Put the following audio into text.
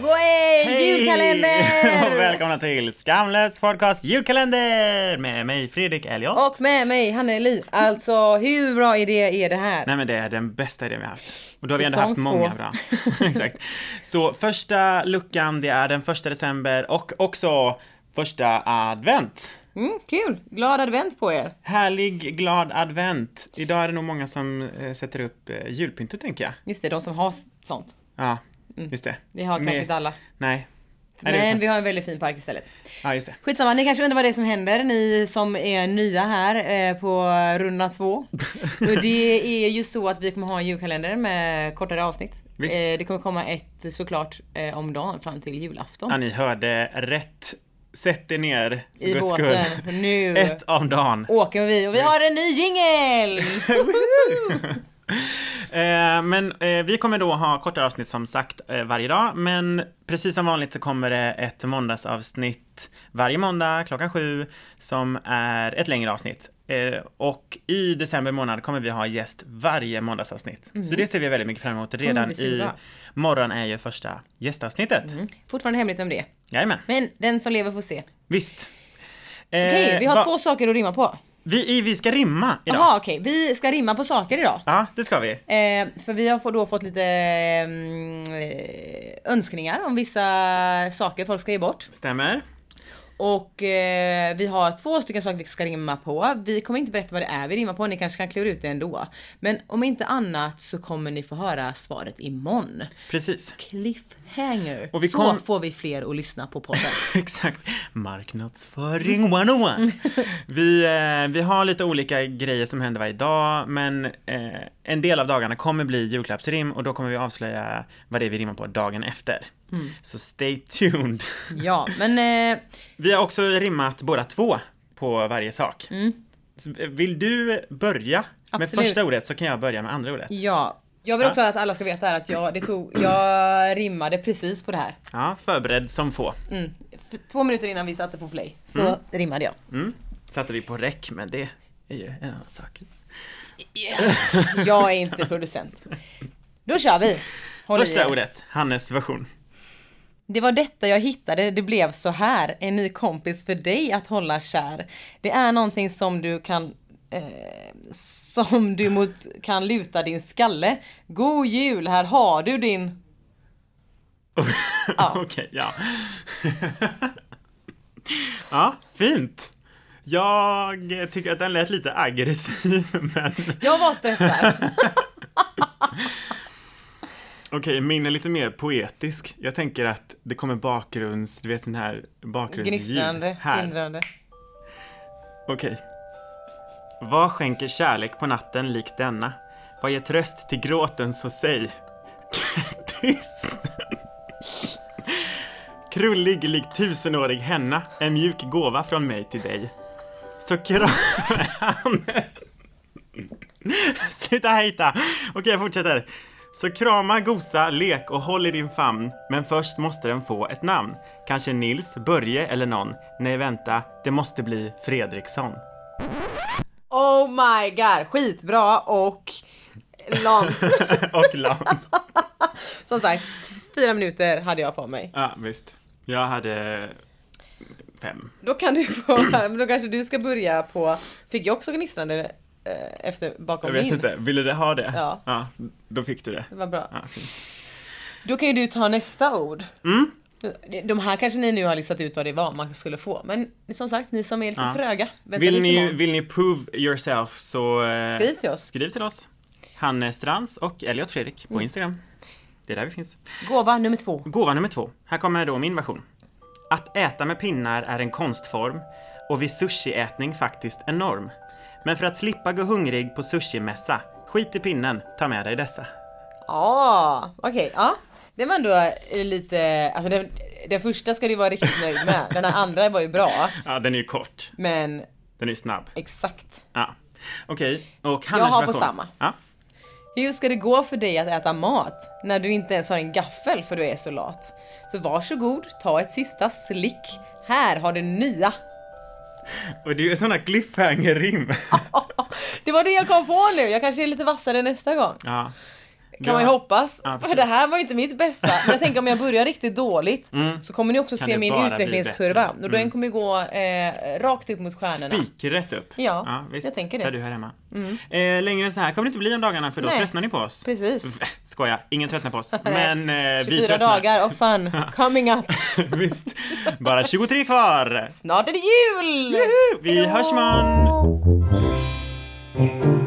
Way, Hej! julkalender! Och välkomna till Skamlös podcast julkalender med mig Fredrik Elliot. Och med mig Hanna Eli. Alltså hur bra idé är det här? Nej men det är den bästa idén vi har haft. Och då har vi ändå Säsong haft två. många bra. Exakt. Så första luckan det är den första december och också första advent. Mm, kul! Glad advent på er! Härlig, glad advent. Idag är det nog många som eh, sätter upp eh, julpyntet tänker jag. Just det, de som har s- sånt. Ja, just det. Det har kanske Med- inte alla. Nej. Nej, det Mm. är Men sant. vi har en väldigt fin park istället. Ja, just det. Skitsamma, ni kanske undrar vad det är som händer, ni som är nya här eh, på runda två. Och det är ju så att vi kommer ha en julkalender med kortare avsnitt. Visst. Eh, det kommer komma ett såklart eh, om dagen fram till julafton. Ja, ni hörde rätt. Sätt er ner. för I Guds båten, skull. nu Ett om dagen. åker vi och vi har en ny jingel! Eh, men eh, vi kommer då ha kortare avsnitt som sagt eh, varje dag. Men precis som vanligt så kommer det ett måndagsavsnitt varje måndag klockan sju som är ett längre avsnitt. Eh, och i december månad kommer vi ha gäst varje måndagsavsnitt. Så det ser vi väldigt mycket fram emot. Mm, Redan det ser vi i bra. Mm. morgon är ju första gästavsnittet. Fortfarande hemligt om det. Jajamän, Men den som lever får se. visst. Okej, vi har Eh, va- två saker att rimma på. Vi, i- vi ska rimma idag. Jaha okej, vi ska rimma på saker idag. Ja, det ska vi. Eh, för vi har få- då fått lite mm, eh, önskningar om vissa saker folk ska ge bort. Stämmer. Och eh, vi har två stycken saker vi ska rimma på. Vi kommer inte berätta vad det är vi rimmar på, ni kanske kan klura ut det ändå. Men om inte annat så kommer ni få höra svaret imorgon. Precis. Cliffhanger. Och vi så kom- får vi fler att lyssna på podden. Exakt. Marknadsföring 101. Vi, eh, vi har lite olika grejer som händer varje dag, men eh, en del av dagarna kommer bli julklappsrim och då kommer vi avslöja vad det är vi rimmar på dagen efter. Mm. Så stay tuned. ja, men eh, Vi har också rimmat båda två på varje sak. Så, eh, Vill du börja med Mm. Absolut. första ordet så kan jag börja med andra ordet. ja. Jag vill Ja. också att alla ska veta här att jag, det tog, jag rimmade precis på det här. Ja, förberedd som få. Mm. F- Två minuter innan vi satte på play så rimmade jag. Mm. Satte vi på räck, men det är ju en annan sak. Jag är inte producent. Då kör vi! Håll i Första er. ordet, Hannes version. Det var detta jag hittade, det blev så här. En ny kompis för dig att hålla kär. Det är någonting som du kan eh, som du mot kan luta din skalle. God jul, här har du din... Ja. Okej, ja. ja, fint. Jag tycker att den lät lite aggressiv, men okej, Jag var stressad. min är lite mer poetisk. Jag tänker att det kommer bakgrunds, du vet den här bakgrundsljud. Gnistrande, Här, tindrande. okej. Vad skänker kärlek på natten likt denna? Vad ger tröst till gråten så säg? Tyst! Krullig lik tusenårig henna, en mjuk gåva från mig till dig. Så kram... Sluta hejta! Okej, jag fortsätter. Så krama, gosa, lek och håll i din famn. Men först måste den få ett namn. Kanske Nils, Börje eller någon. Nej, vänta. Det måste bli Fredriksson. Oh my god, skitbra och långt. Och Lans. Som sagt, fyra minuter hade jag på mig. Ja, visst. Jag hade fem. Då kan du få, men då kanske du ska börja på, fick jag också gnistrande eh, efter Jag bakom vet min? inte. Ville du ha det? Ja. ja. Då fick du det. Det var bra. Ja, fint. Då kan ju du ta nästa ord. Mm. De här kanske ni nu har listat ut vad det var man skulle få, men som sagt, ni som är lite Ja. tröga, vänta Vill lite ni, imorgon. vill ni prove yourself så... eh, Skriv till oss. Skriv till oss. Hanne Strands och Elliot Fredrik Mm. på Instagram. Det är där vi finns. Gåva nummer två. Gåva nummer två. Här kommer då min version. Att äta med pinnar är en konstform och vid sushiätning faktiskt en norm. Men för att slippa gå hungrig på sushimässa, skit i pinnen, ta med dig dessa. Ja, okej, ja. Det var ändå eh, lite, alltså den, den första ska du vara riktigt nöjd med, den här andra var ju bra, Ja, den är ju kort. men Den är ju snabb. exakt. Ja. Okej, och Jag Hannes har på version. samma. Ja. Hur ska det gå för dig att äta mat när du inte ens har en gaffel för du är så lat? Så varsågod, ta ett sista slick. Här har du nya. Och det är ju sådana cliffhanger-rim. Det var det jag kom på nu. Jag kanske är lite vassare nästa gång. ja. Kan man ju hoppas. Ja, för precis. det här var ju inte mitt bästa. Men jag tänker om jag börjar riktigt dåligt så kommer ni också Mm. Kan se det min bara bli utvecklingskurva. bättre? Mm. Och den kommer ju gå eh, rakt upp mot stjärnorna. Spikrätt upp. Ja, jag tänker det. Mm. Där du hör hemma. Eh, längre än så här kommer det inte bli om dagarna för då Nej. tröttnar ni på oss. Precis. Skoja, ingen tröttnar på oss. Men eh, vi 24 tröttnar. dagar of fun coming up. Visst. Bara 23 kvar. Snart är det jul! Vi hörs man. Thank you.